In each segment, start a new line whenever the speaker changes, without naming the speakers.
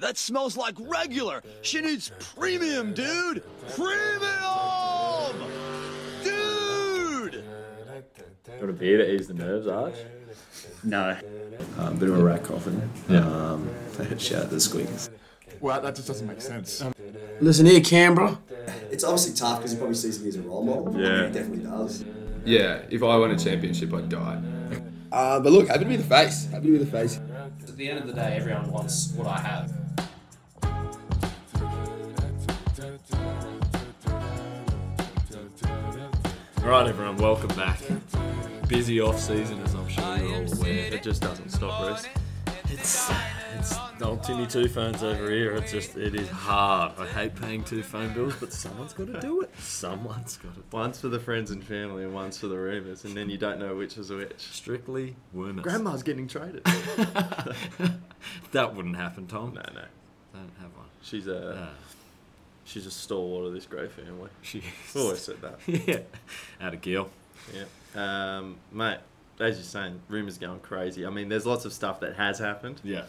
That smells like regular. She needs premium, dude. Premium! Dude!
Got a beer to ease the nerves, Arch.
No.
Um, bit of a rat coffin.
Yeah.
Um, shout out to the squeakers.
Well, that just doesn't make sense.
Listen here, Canberra.
It's obviously tough because he probably sees me as a role model.
Yeah.
He definitely does.
Yeah, if I won a championship, I'd die.
Uh, but look, happy to be the face. Happy to be the face.
At the end of the day, everyone wants what I have.
All right, everyone, welcome back. Busy off season, as I'm sure you're all aware. It just doesn't stop, Reese. It's, it's old Timmy Two Phones over here. It's just, it is hard. I hate paying two phone bills, but someone's got to do it. Someone's got to.
One's for the friends and family, and one's for the rumors, and then you don't know which is which.
Strictly Wormers.
Grandma's getting traded.
that wouldn't happen, Tom.
no, no,
Don't have one.
she's a
Uh,
she's a stalwart of this great family.
she
I've always said that.
yeah. Out of gill.
Yeah, um, mate. As you're saying, rumors going crazy. I mean, there's lots of stuff that has happened.
Yeah.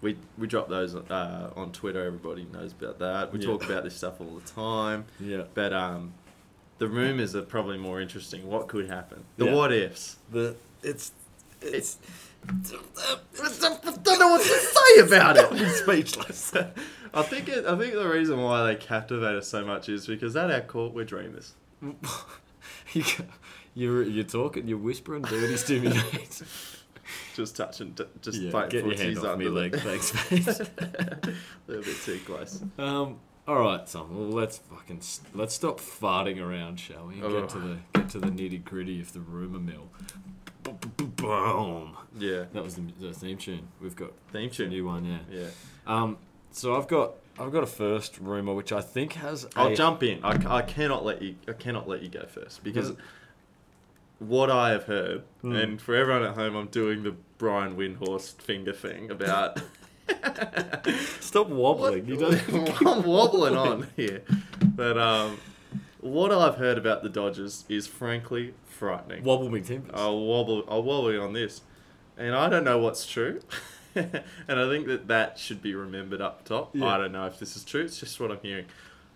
We we drop those uh, on Twitter. Everybody knows about that. We
Yeah.
talk about this stuff all the time.
Yeah.
But um, the rumors are probably more interesting. What could happen? The
Yeah.
what ifs.
The, it's, it's,
I don't know what to say about it.
I'm speechless.
I think it, I think the reason why they captivate us so much is because at our court we're dreamers.
you, go- you're, you're talking, you're whispering dirties to me, mate.
Just touching, d- just
Yeah,
playing
get your hand
footsies
off
under
me
the-
leg, thanks, mate.
a little bit too close.
Um, all right, Tom. Well, let's fucking s let's stop farting around, shall we? And
Oh.
get to the get to the nitty gritty of the rumor mill. Boom.
Yeah,
That was the, the theme tune. We've got
theme
a
tune.
new one, yeah.
Yeah,
Um, so I've got I've got a first rumor which I think has.
I'll
a-
jump in. I, c- I cannot let you. I cannot let you go first because
No.
what I have heard,
Hmm.
and for everyone at home, I'm doing the Brian Windhorst finger thing about.
Stop wobbling. You don't.
I'm wobbling on here, but um, what I've heard about the Dodgers is frankly frightening.
Wobble me timbers.
I'll wobble. I'll wobble you on this, and I don't know what's true, and I think that that should be remembered up top.
Yeah.
I don't know if this is true. It's just what I'm hearing.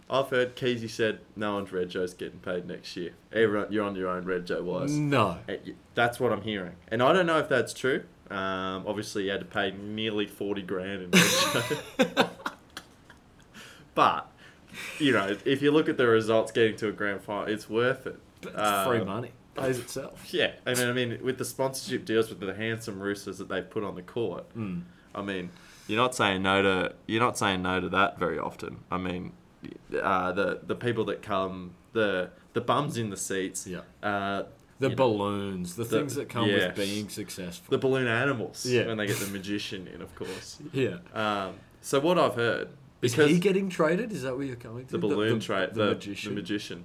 I've heard Keezy said no one's Red Joe's getting paid next year. Everyone, you're on your own Red Joe wise.
No.
Uh, y- That's what I'm hearing, and I don't know if that's true. Um, obviously, he had to pay nearly forty grand in Red Joe. but you know, if you look at the results, getting to a grand final, it's worth it.
It's free
Um,
money. Pays itself.
yeah, I mean, I mean, with the sponsorship deals with the handsome roosters that they put on the court, I mean, Hmm. you're not saying no to you're not saying no to that very often. I mean, uh, the the people that come, the the bums in the seats,
Yeah.
uh,
The
you know,
balloons, the,
the-
things that come with
yes.
being successful.
the balloon animals,
Yeah.
when they get the magician in, of course.
yeah.
Um, so what I've heard
Is
because
he getting traded? Is that where you're coming to?
the balloon trade,
the, magician,
the magician.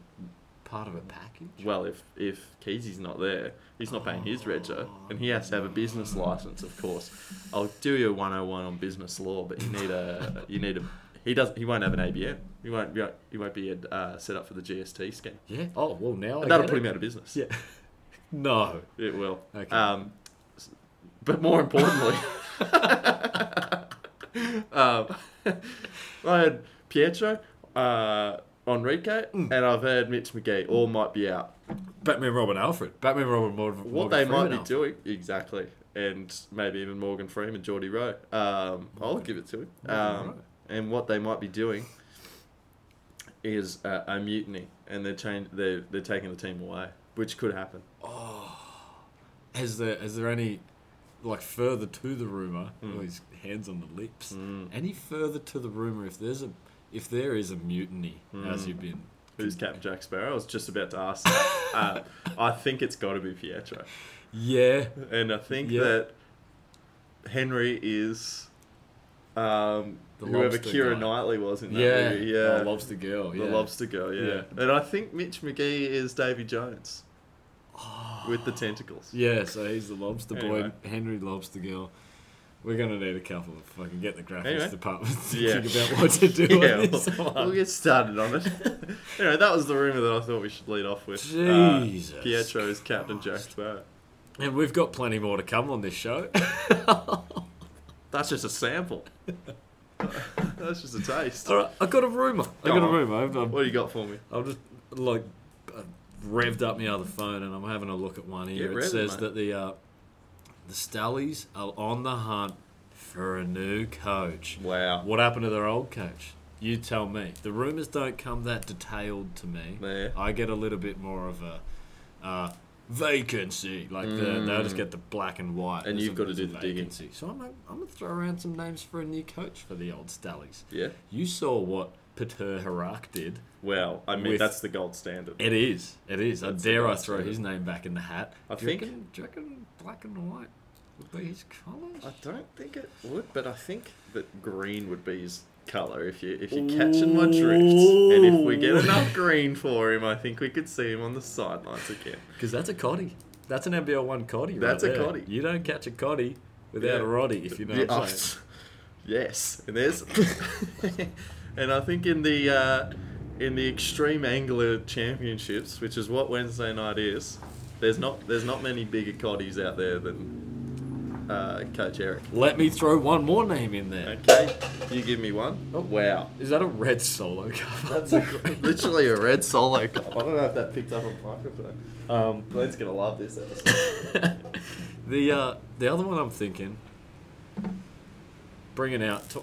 part of a package.
Well, if if Keezy's not there, he's not paying his rego, and he has to have a business license, of course. I'll do you a 101 on business law, but you need a you need a he doesn't he won't have an ABN. He won't be- he won't be uh, set up for the GST scheme.
Yeah. Oh well, now I
And that'll
get
put
it.
him out of business.
Yeah. No.
It will.
Okay.
Um, s- but more importantly, um, I had Pietro, uh, Enrique,
Mm.
and I've heard Mitch McGee all might be out.
Batman, Robin, Alfred. Batman, Robin, Morgan.
what
Morgan
they
Freeman
might be
Alfred.
doing exactly, and maybe even Morgan Freeman, Geordie Rowe. Um, I'll give it to him.
Rowe.
Um, and what they might be doing is uh, a mutiny, and they're change they're they're taking the team away, which could happen.
Is there is there any like further to the rumor?
Hmm.
Well, his hands on the lips. Any further to the rumor? If there's a if there is a mutiny, as you've been.
Hmm. Who's Captain Jack Sparrow? I was just about to ask. that. uh, I think it's got to be Pietro,
Yeah.
and I think
Yeah.
that Henry is. Um,
The
whoever
lobster
Kira
guy.
Knightley was in that
Yeah.
movie, yeah,
Oh, lobster girl. Yeah.
The lobster girl, yeah. And I think Mitch McGee is Davy Jones with the tentacles.
Oh. Yeah. So he's the lobster
Anyway.
boy. Henry lobster girl. We're gonna need a couple of fucking get the graphics
Anyway.
department to
Yeah.
think about what to do.
Yeah,
on
we'll,
this one.
we'll get started on it. anyway, that was the rumor that I thought we should lead off with. Uh,
Jesus
Pietro is Captain Jack Sparrow.
And we've got plenty more to come on this show.
That's just a sample. That's just a taste.
All right, I got a rumor. I
Go
got a
on.
rumor. I've, I've,
What you got for me?
I've just like I've revved up my other phone and I'm having a look at one here. it
revving,
says
mate.
that the uh, the Stallies are on the hunt for a new coach.
Wow.
What happened to their old coach? You tell me. The rumors don't come that detailed to me.
Yeah.
I get a little bit more of a uh, vacancy. Like the, they'll just get the black and white.
Mm. And
as
you've
a-
got to
as
do
a
the digging.
vacancy. So I'm, I'm going to throw around some names for a new coach for the old Stallies.
Yeah.
You saw what Peter Harak did.
Wow. I mean,
With-
that's the gold standard.
It is. It is. I
That's
dare
the
I
best,
throw
isn't
his
it?
name back in the hat.
I
do
think-
You reckon, do you reckon black and white would be his colours?
I don't think it would, but I think that green would be his color if you if you're catching my drift. And if we get enough green for him, I think we could see him on the sidelines again.
Because that's a coddy. That's an NBL one coddy.
That's
right
a
there.
coddy.
You don't catch a coddy without
Yeah.
a roddy, if you know
Yeah,
what I'm
oh,
saying.
yes, and there's, and I think in the uh, in the Extreme Angler Championships, which is what Wednesday night is, there's not there's not many bigger coddies out there than uh, Coach Eric.
Let me throw one more name in there.
Okay, you give me one. Oh wow,
Is that a red solo cover?
that's a, literally a red solo cup. I don't know if that picked up a microphone. Um, Glenn's gonna love this episode.
the uh, the other one I'm thinking, bringing out, to,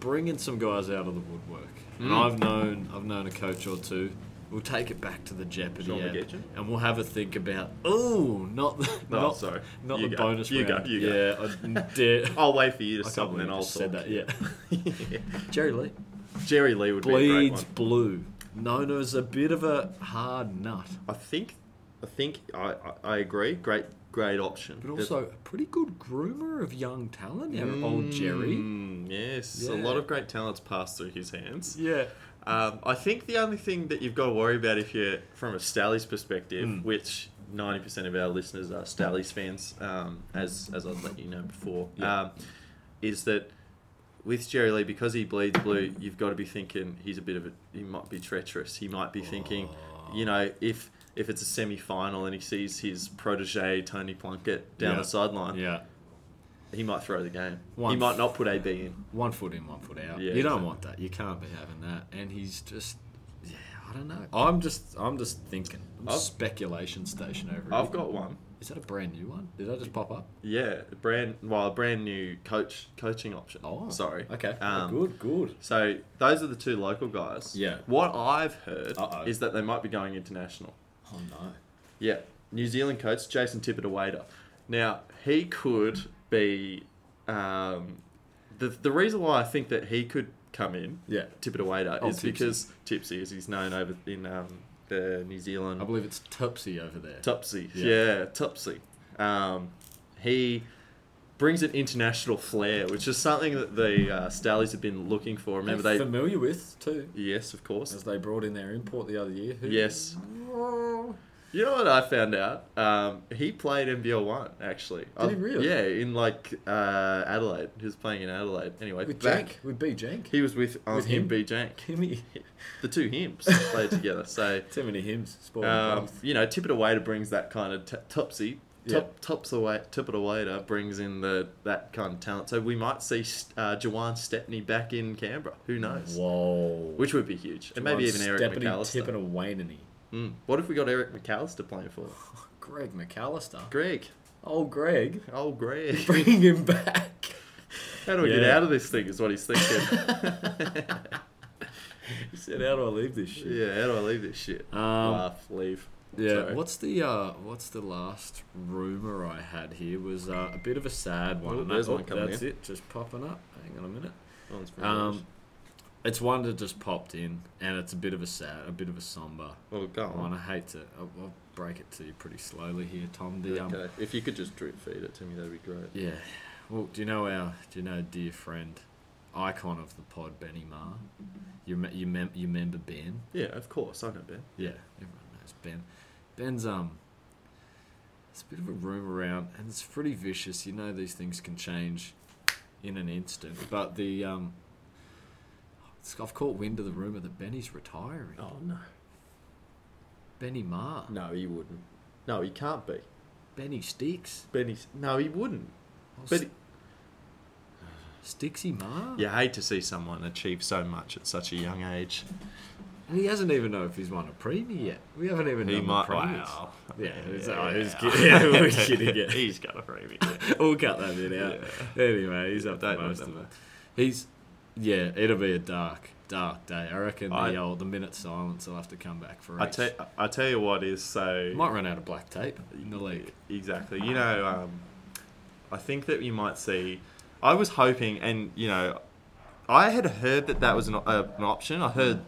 bringing some guys out of the woodwork.
Hmm.
And I've known I've known a coach or two. We'll take it back to the Jeopardy
Sean
end,
McGeechan?
and we'll have a think about. Oh, not the
No,
not,
sorry.
not
You
the
go.
bonus
You go,
round.
you go.
Yeah, I dare.
I'll wait for you
I
to
can't
something
believe
and
I
I'll
just said
talk.
that. Yeah, Jerry Lee
Jerry Lee would be a great one.
bleeds blue, known as a bit of a hard nut,
I think, I think I, I, I agree. Great, great option.
but also a pretty good groomer of young talent. our Old Jerry.
Mm, yes, a
Yeah.
lot of great talents pass through his hands.
Yeah.
Um, I think the only thing that you've got to worry about if you're from a Stallies perspective,
Hmm.
which 90% of our listeners are Stallies fans, um, as, as I've let you know before, um, is that with Jerry Lee, because he bleeds blue, you've got to be thinking he's a bit of a, he might be treacherous. He might be thinking, you know, if if it's a semi final and he sees his protege Tony Plunkett down
Yeah.
the sideline,
Yeah.
he might throw the game. He
One.
might not put AB in.
one foot in, one foot out.
Yeah,
you don't
exactly.
want that. You can't be having that. And he's just, yeah, I don't know. I'm just, I'm just thinking. I'm
I've-
speculation station over
I've
here.
got one.
Is that a brand new one? Did that just pop up?
Yeah, brand well, a brand new coach coaching option.
Oh,
sorry.
Okay. Oh,
Um,
good. Good.
So those are the two local guys.
Yeah.
What I've heard
Uh-oh.
is that they might be going international.
Oh no.
Yeah. New Zealand coach Jason Tippett Waiter. Now he could be. Um, the the reason why I think that he could come in.
Yeah.
Tippett Waiter
Oh,
is
Tipsy.
because Tipsy, as he's known over in um, the New Zealand.
I believe it's Tupsy over there.
Mm. Tupsy.
Yeah.
Yeah, Tupsy. Um, he brings an international flair, which is something that the uh, Stallies have been looking for. Remember they?
familiar with too,
yes, of
as
course.
they brought in their import the other year. Who,
Yes. You know what I found out? Um, he played NBL one actually.
Did he
I've-
really?
Yeah, in like uh, Adelaide. He was playing in Adelaide. Anyway,
With
back.
Jank. With B Jank.
He was with, um,
With
him,
him?
B Jank.
Timmy.
The two hymns played together. So
Too many hymns. Spoiling
Um,
both.
you know, tip it away to brings that kind of t- topsy.
Yeah.
Top, tops away, tip it away to brings in the that kind of talent. So we might see uh, Jawan Stepney back in Canberra. Who knows?
Whoa.
Which would be huge, and maybe even Eric
Steppity,
McAllister.
Tippin and Wainany.
Mm. What if we got Eric McAllister playing for? them?
Greg McAllister.
Greg,
Oh, Greg.
oh Greg,
Bringing him back.
how do we get
Yeah.
out of this thing? Is what he's thinking.
He said, "How do I leave this shit?"
yeah, how do I leave this shit?
Um,
Laugh, leave.
Yeah.
Sorry.
What's the uh, What's the last rumor I had here was uh, a bit of a sad one.
Oh,
and that-
there's one coming
That's
in.
it. Just popping up. Hang on a minute.
Oh, it's from English.
Um, it's one that just popped in, and it's a bit of a sad, a bit of a somber
well, go
one.
on.
Oh, I hate to. I'll, I'll break it to you pretty slowly here, Tom. The um,
Okay, if you could just drip feed it to me, that'd be great.
yeah. Well, do you know our? Do you know dear friend, icon of the pod, Benny Marr? You me- you mem- you remember Ben?
Yeah, of course, I know Ben.
Yeah, everyone knows Ben. Ben's um, it's a bit of a room around, and it's pretty vicious. You know these things can change in an instant, but the um, it's- I've caught wind of the rumor that Benny's retiring.
Oh no.
Benny Marr,
No, he wouldn't. No, he can't be.
Benny Sticks.
Benny. No, he wouldn't.
I'll
But
s- Stixie Mar?
You hate to see someone achieve so much at such a young age.
And he hasn't even know if he's won a premie yet. We haven't even
He
done
might.
the premies.
Wow.
Yeah, it's, oh, who's kidding? Yeah, we're kidding. Yeah.
He's got a premium.
we'll cut that bit out. Anyway, he's up to
Don't
most of
remember.
it. He's yeah, it'll be a dark, dark day. I reckon
I-
the old the minute silence will have to come back for
I
us.
tell I tell you what is so
Might run out of black tape in the league.
exactly. You know, um, I think that you might see. I was hoping, and you know, I had heard that that was an, uh, an option. I heard,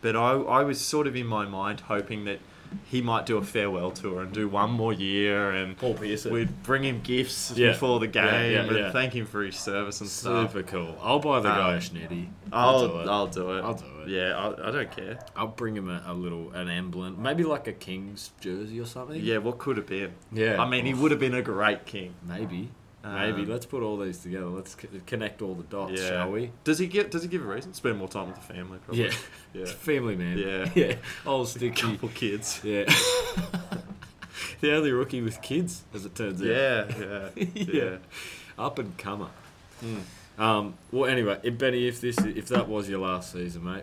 but I I was sort of in my mind hoping that he might do a farewell tour and do one more year and.
Paul Pearson.
We'd bring him gifts
Yeah.
before the game
Yeah, yeah,
and
yeah.
thank him for his service and stuff.
Super cool. I'll buy the guy a
Um,
schnitty.
I'll,
do it.
I'll do it.
I'll do it.
Yeah, I, I don't care.
I'll bring him a, a little an emblem, maybe like a Kings jersey or something.
Yeah, what could have been?
Yeah.
I mean, he would have been a great king.
Maybe.
Um,
Maybe. Let's put all these together. Let's c- connect all the dots,
Yeah.
shall we?
Does he get? Does he give a reason? Spend more time with the family, probably.
Yeah.
Yeah.
Family man.
Yeah.
Yeah. Old
A
sticky.
couple kids.
Yeah. the only rookie with kids, as it turns out.
Yeah, yeah, yeah. Hmm.
yeah. Up and comer. Um, well, anyway, if Benny, if this, if that was your last season, mate,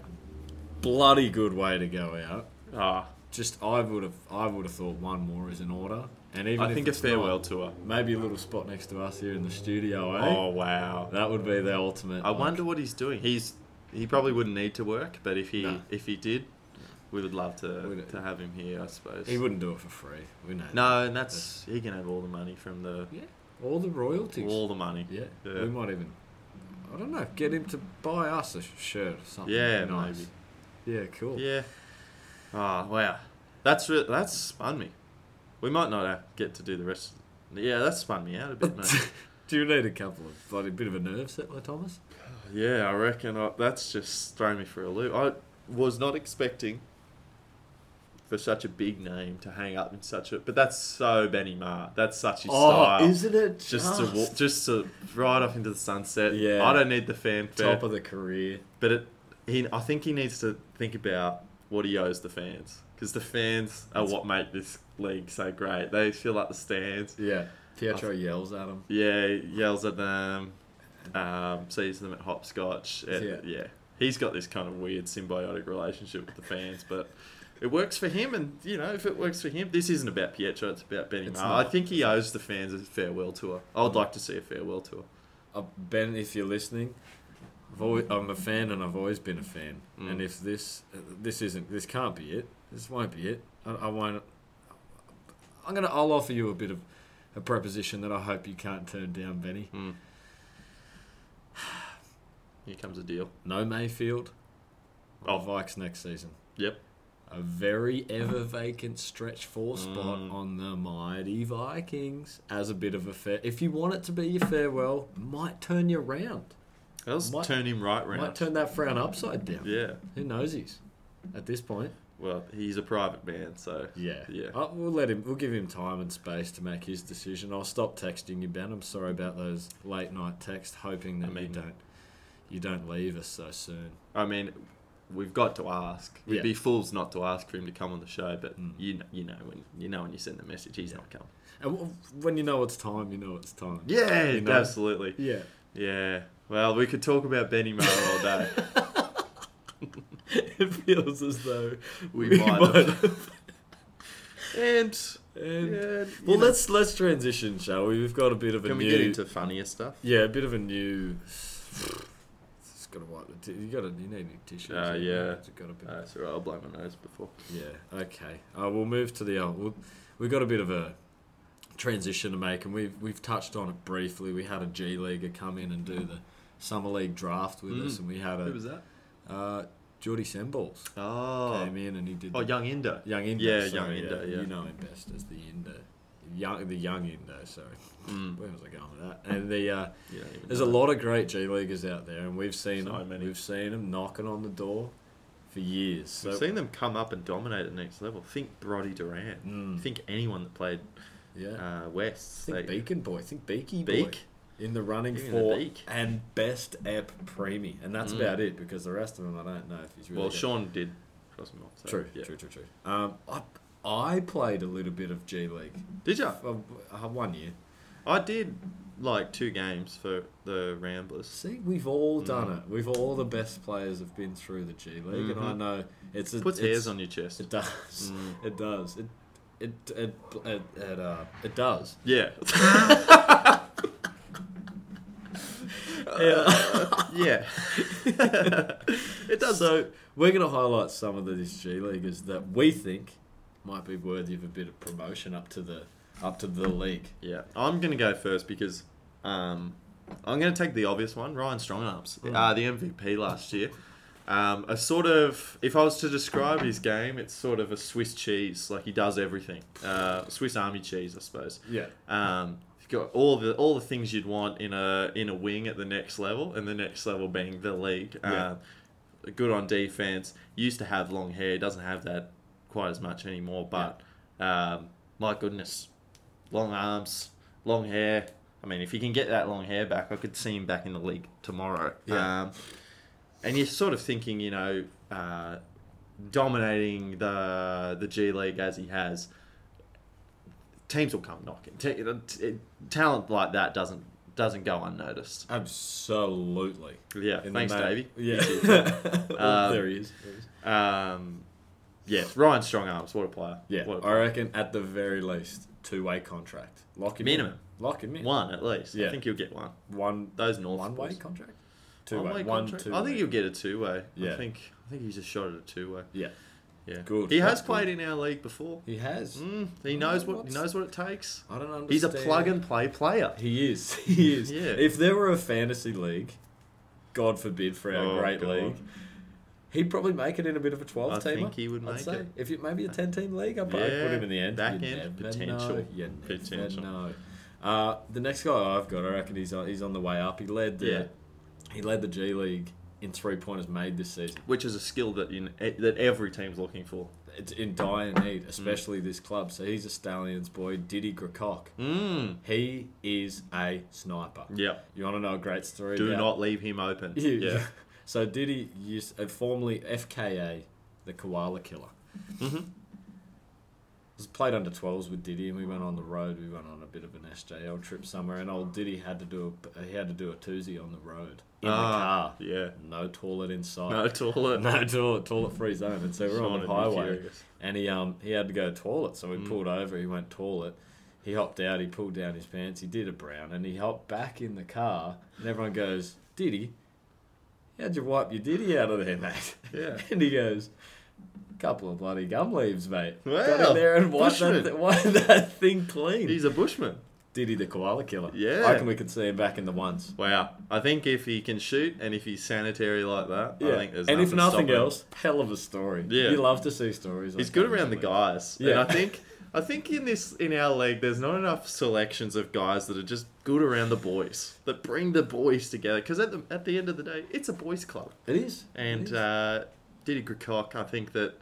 bloody good way to go out.
Ah,
Just I would have, I would have thought one more is in order, and even
I
if
think a
it's
farewell
not, Eh?
tour.
maybe a little spot next to us here in the studio. Eh?
Oh wow.
that would be the ultimate.
I
like,
wonder what he's doing. He's he probably wouldn't need to work, but if he
No.
if he did, we would love to
We'd-
to have him here. I suppose.
He wouldn't do it for free. We know. that.
No, and that's he can have all the money from the
Yeah. All the royalties.
all the money.
Yeah.
Yeah.
We might even, I don't know, get him to buy us a sh- shirt or something.
Yeah,
nice. Yeah, cool.
Yeah. Ah, wow. That's re- that's spun me. We might not uh, get to do the rest. Of the- yeah, that spun me out a bit, mate.
Do you need a couple of bloody bit of a nerve settler, Thomas?
yeah, I reckon I, that's just thrown me for a loop. I was not expecting for such a big name to hang up in such a. But that's so Benny Maher. That's such his style.
Oh, it
just to wa- just to ride off into the sunset.
Yeah.
I don't need the fanfare.
top of the career?
But it, he, I think he needs to think about what he owes the fans because the fans are what make this league so great. They fill up the stands.
Yeah, Pietro yells at him.
Yeah, he yells at them, um, sees them at hopscotch. and-
Yeah.
yeah. he's got this kind of weird symbiotic relationship with the fans, but. It works for him, and you know if it works for him, this isn't about Pietro. It's about Benny
It's
Maher. I
not.
think he owes the fans a farewell tour. I would like to see a farewell tour.
Uh, ben, if you're listening, I've always, I'm a fan and I've always been a fan. And if this uh, this isn't this can't be it, this won't be it. I, I won't. I'm gonna. I'll offer you a bit of a preposition that I hope you can't turn down, Benny.
Here comes a deal.
No Mayfield.
Oh.
Oh, Vikes next season.
Yep.
A very ever vacant stretch four spot on the mighty Vikings as a bit of a fair. If you want it to be your farewell, might turn you round.
Let's
Might-
turn him right round.
Might turn that frown upside down.
yeah.
Who knows? He's at this point.
Well, he's a private man, so
Yeah.
yeah.
Uh, we'll let him. We'll give him time and space to make his decision. I'll stop texting you, Ben. I'm sorry about those late night texts. Hoping that
I mean-
you don't you don't leave us so soon.
I mean, we've got to ask. We'd
Yeah.
be fools not to ask for him to come on the show, but you know, you know when you know when you send the message, he's not coming.
And w- when you know it's time, you know it's time.
Yeah,
You know?
absolutely.
Yeah.
Yeah. Well, we could talk about Benny Maher all day.
it feels as though
We
we,
might
might.
have.
have.
and
And-
yeah, you
well,
know.
let's let's transition, shall we? We've got a bit of a
can
new.
we get into funnier stuff?
yeah, a bit of a new. Just gotta wipe the. T- you gotta. You need new tissues.
Uh, yeah.
It's got a bit.
Uh, sorry, I'll blow my nose before.
Yeah. Okay. Uh, we'll move to the. Uh, we'll, we've got a bit of a transition to make, and we've we've touched on it briefly. We had a G leaguer come in and do the summer league draft with us, and we had a.
Mm. Who was that?
Uh, Geordie Semballs
Oh,
came in and he did.
oh,
the-
Young Indo.
Young Indo.
Yeah,
sorry, uh,
Young Indo. Yeah.
You know him best as the Indo. Young, the young Indo, sorry. Where was I going with that? And the uh,
Mm. You don't even
there's
know.
a lot of great G leaguers out there, and we've seen
So
them.
many.
We've seen them knocking on the door for years. So
We've seen them come up and dominate at the next level. Think Broddy Durant. Think anyone that played
Hmm. yeah,
uh, West.
think
they-
Beacon Boy, think Beaky Boy,
Beak?
in the running
Give me the
for
beak. Mm.
and best app preemie, and that's about it because the rest of them I don't know if he's really
Well,
got-
Sean did cross him off. So,
True,
yeah.
true, true, true. Um, I I played a little bit of G League
Did you?
uh, uh, one year.
I did like two games for the Ramblers.
See, we've
Mm.
all done it. We've all the best players have been through the G League, and I know it's a,
Mm-hmm. Puts
it's,
hairs on Mm. your chest.
It does. It does. It it it it it, uh, it does.
Yeah. yeah. it does though.
So we're going to highlight some of these G leaguers that we think might be worthy of a bit of promotion up to the up to the league.
Yeah, I'm gonna go first because um, I'm gonna take the obvious one, Ryan Strongarms,
Mm.
uh, the MVP last year. Um, a sort of, if I was to describe his game, it's sort of a Swiss cheese. Like he does everything, uh, Swiss Army cheese, I suppose.
Yeah.
Um, you've got all the all the things you'd want in a in a wing at the next level, and the next level being the league.
Yeah.
Um, good on defense. Used to have long hair. Doesn't have that quite as much anymore. But um, my goodness, long arms, long hair. I mean, if he can get that long hair back, I could see him back in the league tomorrow.
Yeah.
Um, and you're sort of thinking, you know, uh, dominating the the G League as he has, teams will come knocking. Ta- uh, t- it- talent like that doesn't doesn't go unnoticed.
Absolutely.
Yeah,
In the
thanks,
ma-
Davey.
Yeah.
Um,
there he is. There he is.
Um, yeah, Ryan Strong arms. What a player.
Yeah,
what a
I reckon at the very least, two way contract. Lock him
Minimum.
in. Lock him in.
one at least. I
Yeah.
think he'll get one.
One
Those North
one way
boys.
contract. Two
One-way
way. One
contract?
two.
I think he'll get a two way. I
Yeah.
think I think he's a shot at a two way.
Yeah.
Yeah,
Good.
He has
That's
played in our league before.
He has.
Mm, he knows what he
what's-
knows what it takes.
I don't understand.
He's a plug and play player.
He is. He is.
Yeah.
If there were a fantasy league, God forbid for our
Oh,
great
God.
league, he'd probably make it in a bit of a twelve teamer.
I think he would
I'd
make
say.
it. Uh,
If it maybe a ten team league, I'd probably
Yeah,
put him in the end.
back
You
end
never
potential.
know. You never
Potential.
know. Uh, the next guy I've got, I reckon he's on, he's on the way up. He led the
Yeah.
he led the G League in three pointers made this season.
which is a skill that you that every team's looking for.
It's in dire
Mm.
need, especially this club. So he's a Stallions boy, Diddy Gracock.
Mm.
He is a sniper.
Yeah.
You want to know a great story?
Do
about-
not leave him open.
You-
yeah.
So Diddy used uh, formerly FKA, the Koala Killer. Mm-hmm. was played under 12s with Diddy, and we went on the road. We went on a bit of an SJL trip somewhere, and old Diddy had to do a he had to do a toozy on the road in the car.
Ah, yeah.
No toilet inside.
No toilet.
No toilet, toilet free zone. And so we're on the
Sean Mm. would be
highway,
furious.
and he um he had to go to toilet, so we pulled over. He went toilet. He hopped out. He pulled down his pants. He did a brown, and he hopped back in the car. And everyone goes, "Diddy, how'd you wipe your diddy out of there, mate?"
Yeah.
and he goes. Couple of bloody gum leaves, mate. Got
Wow,
in there and wiped that,
bushman.
th- wiped that thing clean.
He's a bushman.
Diddy the koala killer.
Yeah.
I reckon we could see him back in the ones.
Wow. I think if he can shoot and if he's sanitary like that, I think there's
and if nothing
stopping him.
else, hell of a story.
Yeah.
You love to see stories.
He's
like
good
that,
around the
don't you?
guys. And
Yeah.
I think I think in this in our league there's not enough selections of guys that are just good around the boys. That bring the boys together because at the at the end of the day, it's a boys club.
It is.
And uh, Diddy Gracock, I think that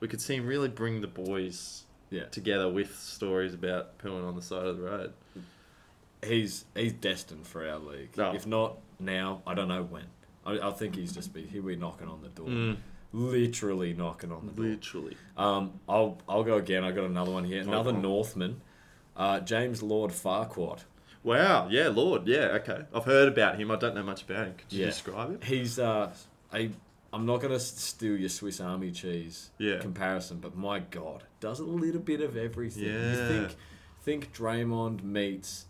we could see him really bring the boys
Yeah.
together with stories about pooing on the side of the road.
he's he's destined for our league.
Oh.
If not now, I don't know when. I, I think he's just be he'll be knocking on the door.
Mm.
Literally knocking on the door.
Literally.
Um, I'll I'll go again. I got another one here. Another Northman, uh, James Lord Farquhar.
Wow. Yeah, Lord. Yeah, okay. I've heard about him. I don't know much about him. Could you
Yeah.
describe him?
He's uh, I I'm not gonna s- steal your Swiss Army cheese
Yeah.
comparison, but my God, does a little bit of everything.
Yeah.
You think think Draymond meets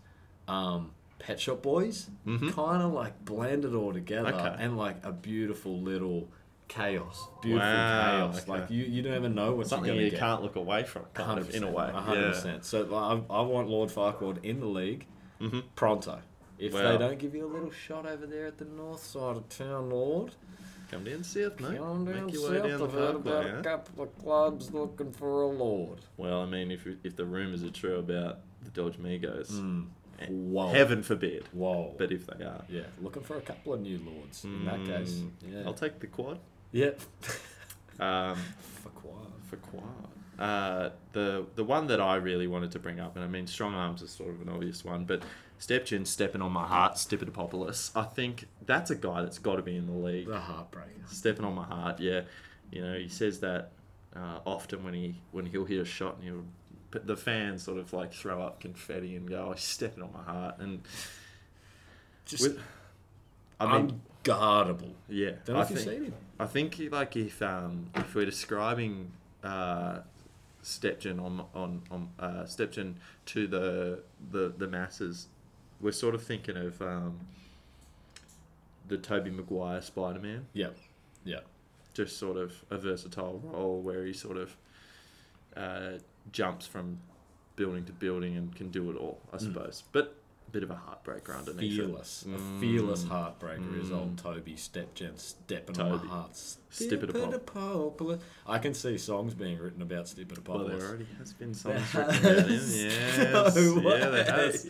um, Pet Shop Boys, kind of like blend it all together,
Mm-hmm. Okay.
and like a beautiful little chaos, beautiful
Wow,
chaos.
okay.
Like you, you don't even know what
Something
you're gonna
you
get.
can't look away from, kind of, in a way.
100%.
Yeah.
So like, I, I want Lord Farquaad in the league pronto. If
Mm-hmm. Wow.
they don't give you a little shot over there at the north side of town, Lord,
Come down south, mate.
come down
Make your way
south.
down the
I've heard
parkway.
about a
huh?
couple of clubs looking for a Lord.
Well, I mean, if, if the rumours are true about the Dodge Migos,
Hmm.
oh,
Whoa.
Eh, heaven forbid.
Whoa.
But if they are,
yeah, looking for a couple of new Lords in that case. Yeah.
I'll take the quad.
yeah.
Um,
Farquaad.
for Quad. Uh, the the one that I really wanted to bring up, and I mean, strong arms is sort of an obvious one, but Stepchin stepping on my heart, Stepidopoulos. I think that's a guy that's got to be in the league.
The heartbreaker.
Stepping on my heart, yeah. You know, he says that uh, often when he when he'll hit a shot and he'll p- the fans sort of like throw up confetti and go, "I stepping on my heart." And
Just
With- I mean,
unguardable.
yeah,
Don't know
I
if you've
think-
seen him.
I think like if um, if we're describing uh, Stepgen on on on uh, Stepgen to the the the masses, we're sort of thinking of um, the Toby Maguire Spider Man,
Yep. Yep.
just sort of a versatile role where he sort of uh, jumps from building to building and can do it all, I suppose. But a bit of a heartbreaker underneath it.
Fearless. A fearless heartbreaker is old Toby Stepgen stepping on
Toby.
my heart.
Stipidopop.
Stipidopopolo- I can see songs being written about Stipidopopoulos.
Well, there already has been songs written about him. Yes, yeah, there has.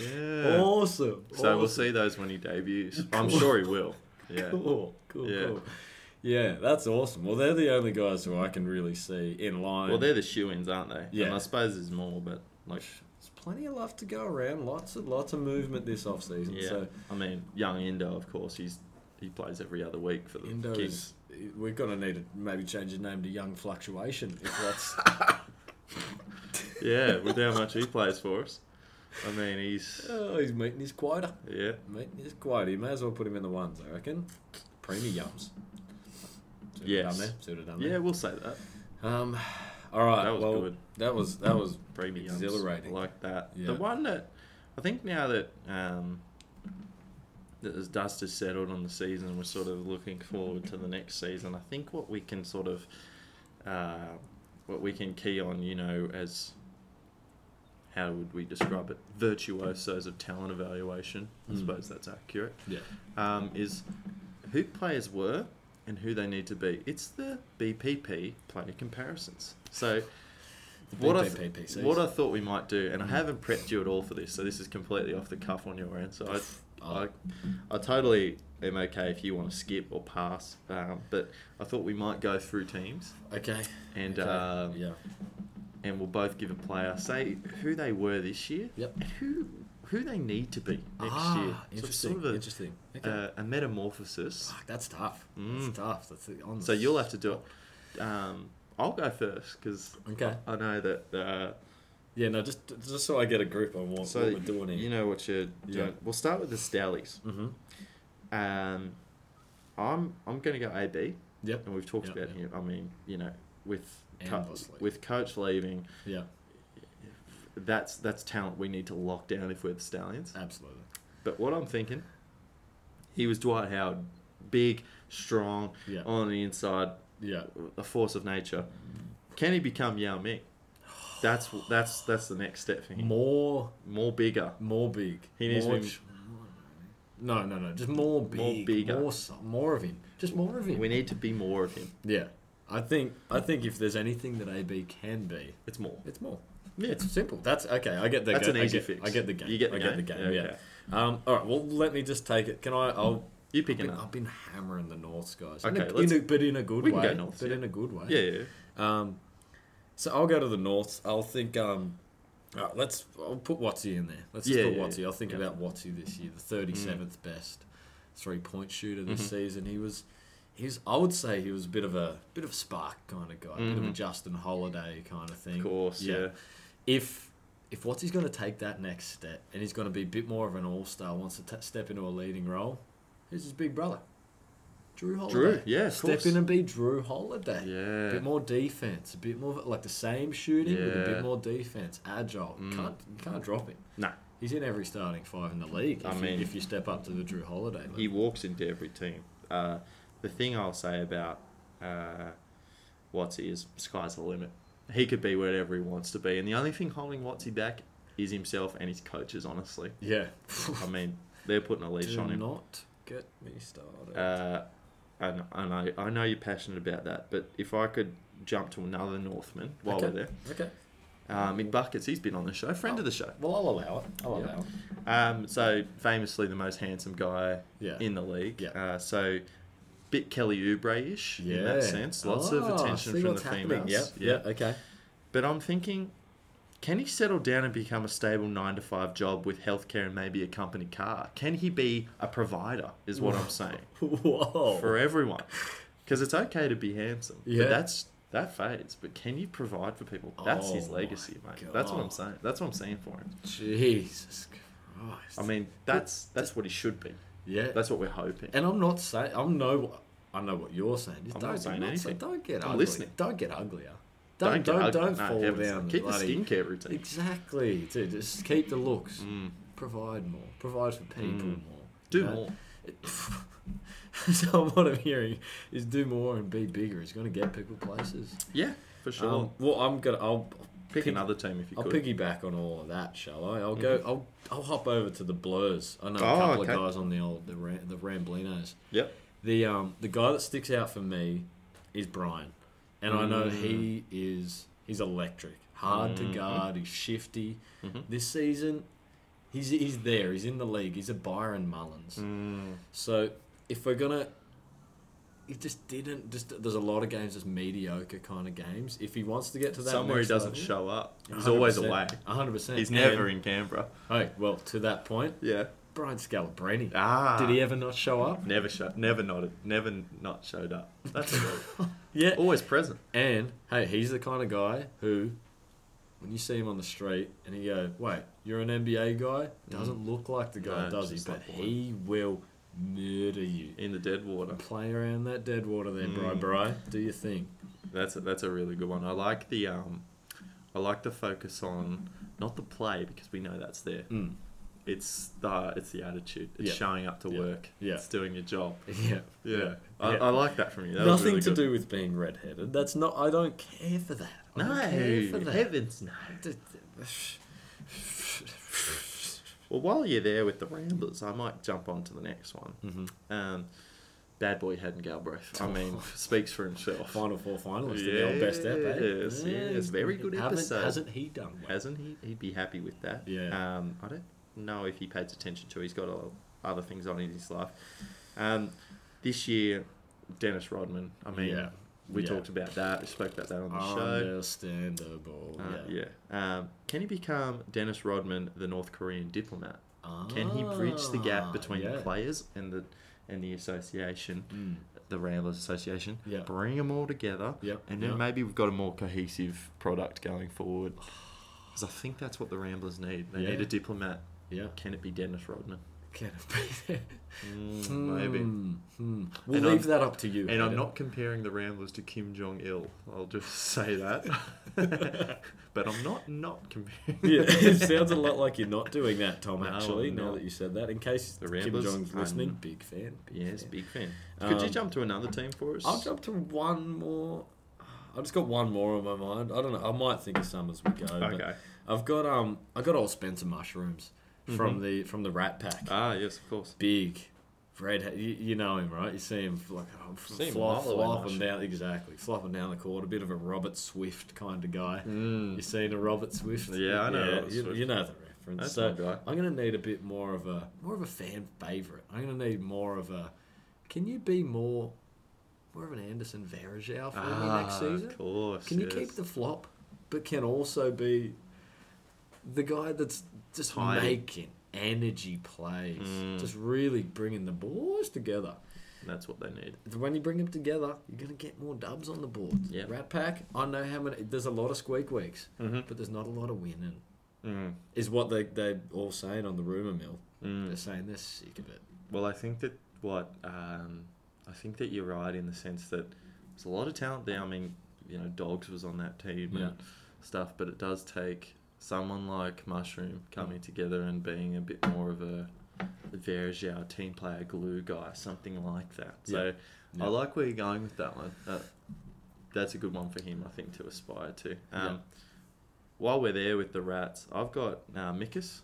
Yeah.
Awesome.
So we'll
awesome.
see those when he debuts. I'm sure he will. Yeah.
Cool, cool,
Yeah.
cool. Yeah, that's awesome. Well, they're the only guys who I can really see in line.
Well, they're the shoe ins, aren't they?
Yeah.
And I suppose there's more, but like,
There's plenty of love to go around. Lots of lots of movement this off season.
yeah.
So
I mean, young Indo, of course, he's he plays every other week for the
Indo's
Kings.
we're gonna need to maybe change his name to Young Fluctuation if that's
Yeah, with how much he plays for us. I mean, he's
oh, he's meeting his quota.
yeah.
Meeting his quota. You may as well put him in the ones, I reckon. Premier yums. See what I've
Yes.
done there? See what I've done
Yeah,
there?
we'll say that.
Um all right.
That was
well,
good.
That was that was
premiums
Exhilarating.
like that.
Yeah.
The one that I think now that um, that as dust has settled on the season, we're sort of looking forward to the next season. I think what we can sort of uh, what we can key on, you know, as how would we describe it? Virtuosos of talent evaluation. I
Mm.
suppose that's accurate.
Yeah.
Um, is who players were and who they need to be. It's the BPP player comparisons. So what I, th-
BPPCs.
what I thought we might do, and I haven't prepped you at all for this, so this is completely off the cuff on your end. So I,
Oh.
I, I totally am okay if you want to skip or pass, um, but I thought we might go through teams
Okay.
and
Okay.
um,
yeah.
and we'll both give a player say who they were this year
Yep.
and who who they need to be next
ah,
year. So it's
Interesting.
sort of a,
interesting. Okay.
uh, a metamorphosis.
Fuck, that's tough.
Mm.
That's tough. That's the on the
So you'll have to do it. Um, I'll go first because
Okay.
I know that. Uh,
Yeah, no, just just so I get a grip on what,
so
what we're doing here.
you know what you're
Yeah.
doing. We'll start with the Stallies.
Mhm.
Um, I'm I'm going to go AB,
Yep.
and we've talked
Yeah,
about him. I mean, you know, with co-
Endlessly.
with coach leaving,
Yeah.
that's that's talent we need to lock down if we're the Stallions.
Absolutely.
But what I'm thinking, he was Dwight Howard, big, strong,
Yeah.
on the inside,
Yeah.
a force of nature. Can he become Yao Ming? That's that's that's the next step for him. More,
More
bigger.
more big.
He needs to
more
be-
ch- No, no, no. Just more big.
bigger.
More, so- more of him. Just more of him.
We need to be more of him.
yeah. I think I think if there's anything that AB can be,
It's more.
It's more.
Yeah.
It's simple. That's okay. I get the.
That's
ga-
an easy
I get,
fix.
I get the game.
You get the
I
game.
get the
Yeah,
game. Yeah.
okay.
Um, all right. Well, let me just take it. Can I? I'll.
You pick
I've been,
another.
I've been hammering the Norths guys.
Okay,
In a,
let's-
in a, but in a good
we
way.
can go Norths,
but
yeah.
in a good way.
Yeah, yeah.
Um, so I'll go to the Norths. I'll think. Um, all right, let's. I'll put Watsy in there. Let's
Yeah,
just put
yeah,
Watsy.
yeah.
I'll think
Yeah. Mm.
about Watsy this year. The thirty-seventh best three-point shooter this
Mm-hmm.
season. He was. He was. I would say he was a bit of a bit of a spark kind of guy. A bit of a Justin Holiday kind of thing.
Mm-hmm. Of course, yeah.
If if Watsy's going to take that next step and he's going to be a bit more of an all-star, wants to t- step into a leading role, who's his big brother? Drew Holiday.
yeah, of
Step
course.
in and be Drew Holiday.
Yeah.
A bit more defense, a bit more like the same shooting with a
Yeah. Mm.
bit more defense, agile. Can't you can't drop him.
No.
He's in every starting five in the league. If
I
you,
mean-
if you step up to the Drew Holiday, level.
He walks into every team. Uh, the thing I'll say about uh, Watsy is sky's the limit. He could be wherever he wants to be, and the only thing holding Watsy back is himself and his coaches. Honestly,
yeah.
I mean, they're putting a leash
Do
on him.
not get me started.
Uh, and and I, I know you're passionate about that, but if I could jump to another Northman while
okay.
we're there,
okay.
um, in Buckets, he's been on the show, friend of the show.
Well, I'll allow it. I'll
Yeah.
allow it.
Um, so famously the most handsome guy
Yeah.
in the league.
Yeah.
Uh, so bit Kelly Oubre-ish in that sense. Lots
Ah,
of attention
see
from the
what's happening.
females.
Yep.
Yeah.
Yep. Okay.
But I'm thinking, can he settle down and become a stable nine to five job with healthcare and maybe a company car? Can he be a provider? Is what I'm saying
Whoa.
for everyone, because it's okay to be handsome.
Oh. Yeah.
But that's that fades, but can you provide for people? That's his
Oh
legacy,
my
mate. That's what I'm
God.
saying. That's what I'm saying for him.
Jesus Christ.
I mean, that's that's what he should be.
yeah.
That's what we're hoping.
and I'm not saying I'm no. I know what you're saying. Just
I'm
don't
not
be
saying
nuts.
anything.
Don't get
I'm
ugly.
listening.
Don't get uglier. Don't
get
don't
ugly.
don't
No,
fall
heaven's
down.
sake.
the
Keep
bloody-
the skincare routine.
Exactly, dude. Just keep the looks. Provide more. Provide for people more.
Mm. Do
you know?
more.
so what I'm hearing is do more and be bigger. It's going to get people places.
Yeah, for sure.
Um, well, I'm gonna. I'll
pick, another team if you
I'll
could. Mm-hmm.
piggyback on all of that, shall I? I'll go. I'll I'll hop over to the Blurs. I know a
Oh,
couple
okay.
of guys on the old the Ram, the Ramblinos.
Yep.
The um the guy that sticks out for me is Brian, and I know
Mm.
he is he's electric, hard
Mm-hmm.
to guard, he's shifty. This season, he's he's there. He's in the league. He's a Byron Mullins.
Mm.
So if we're gonna, he just didn't. Just there's a lot of games, just mediocre kind of games. If he wants to get to that
Somewhere he
next
doesn't
level-
show up. He's always away.
hundred percent.
He's never in Canberra.
Hey, well, to that point,
Yeah.
Brian Scalabrine.
Ah.
Did he ever not show up?
Never show, never nodded, never not showed up. That's a good.
Yeah.
always present.
And hey, he's the kind of guy who, when you see him on the street and he go, "Wait, you're an NBA guy," doesn't look like the guy,
Mm. No,
does he?
just
But
like boy.
he will murder you.
In the dead water.
Play around that dead water there, bro,
Mm.
bro. Do your thing.
That's a, that's a really good one. I like the um, I like to focus on not the play because we know that's there. It's the it's the attitude. It's
Mm. Yeah.
showing up to
Yeah.
work.
Yeah.
It's doing your job.
Yeah.
Yeah. I,
Yeah.
I like that from you. That was
Nothing
really
to
good.
do with being redheaded. That's not. I don't care for that. I don't care for
No,
that.
heavens no. Well, while you're there with the Ramblers, I might jump on to the next one. Mm-hmm. Um, Bad boy Haddon Galbraith. I mean, speaks for himself.
Final four finalists. Yeah, the old best app, eh?
Yes, yes, very good
haven't-
episode.
Hasn't he done well?
Hasn't he? He'd be happy with that.
Yeah.
Um, I don't know if he pays attention to. it. He's got o- other things on in his life. Um, this year, Dennis Rodman. I mean,
Yeah.
we
Yeah.
talked about that. We spoke about that on the show.
Understandable.
Uh,
yeah.
yeah. Um, can he become Dennis Rodman, the North Korean diplomat? Can he bridge the
Ah,
gap between the
yeah.
players and the and the association, the Ramblers Association?
Yeah.
Bring them all together,
Yep,
and then
yep.
maybe we've got a more cohesive product going forward. Because I think that's what the Ramblers need. They need
Yeah.
a diplomat.
Yeah.
Can it be Dennis Rodman?
Can it be there?
Hmm,
Hmm.
Maybe.
We'll leave
And I'm-
that up to you.
And I'm
Hayden.
not comparing the Ramblers to Kim Jong Il. I'll just say that. but I'm not not comparing.
Yeah, it sounds a lot like you're not doing that, Tom.
No,
Actually, now
no.
that you said that, in case
The
Kim
Ramblers,
Jong's
I'm-
listening, big fan. Big
Yes,
fan.
big fan. Could you
Um,
jump to another team for us?
I'll jump to one more. I just got one more on my mind. I don't know. I might think of some as we go. but
Okay.
I've got um. I got old Spencer mushrooms
Mm-hmm.
from the from the Rat Pack.
Ah, yes, of course.
Big, red. ha- You, you know him, right? You see him like oh, f-
See him
flop,
wallow in
flopping
mushroom.
down exactly, flopping down the court. A bit of a Robert Swift kind of guy. Mm. You seen a Robert Swift?
Yeah, I know Robert
you,
Swift.
you know the reference.
That's
so
my guy.
I'm gonna need a bit more of a more of a fan favorite. I'm gonna need more of a. Can you be more more of an Anderson Varejao for me next season?
Ah, Of course.
Can you
yes.
keep the flop, but can also be the guy that's just
Tidy.
making energy plays, just really bringing the boys together.
That's what they need.
When you bring them together, you're gonna get more dubs on the board.
Yep.
Rat Pack. I know how many. There's a lot of squeak weeks, but there's not a lot of winning. Is what they they all saying on the rumor mill. They're saying they're sick of it.
Well, I think that what um, I think that you're right in the sense that there's a lot of talent there. I mean, you know, Dogs was on that team
Yeah.
and stuff, but it does take someone like Mushroom coming together and being a bit more of a Vergeau team player, glue guy, something like that. So
Yeah.
I like where you're going with that one. Uh, that's a good one for him, I think, to aspire to. Um,
Yeah.
While we're there with the rats, I've got uh, Mikus,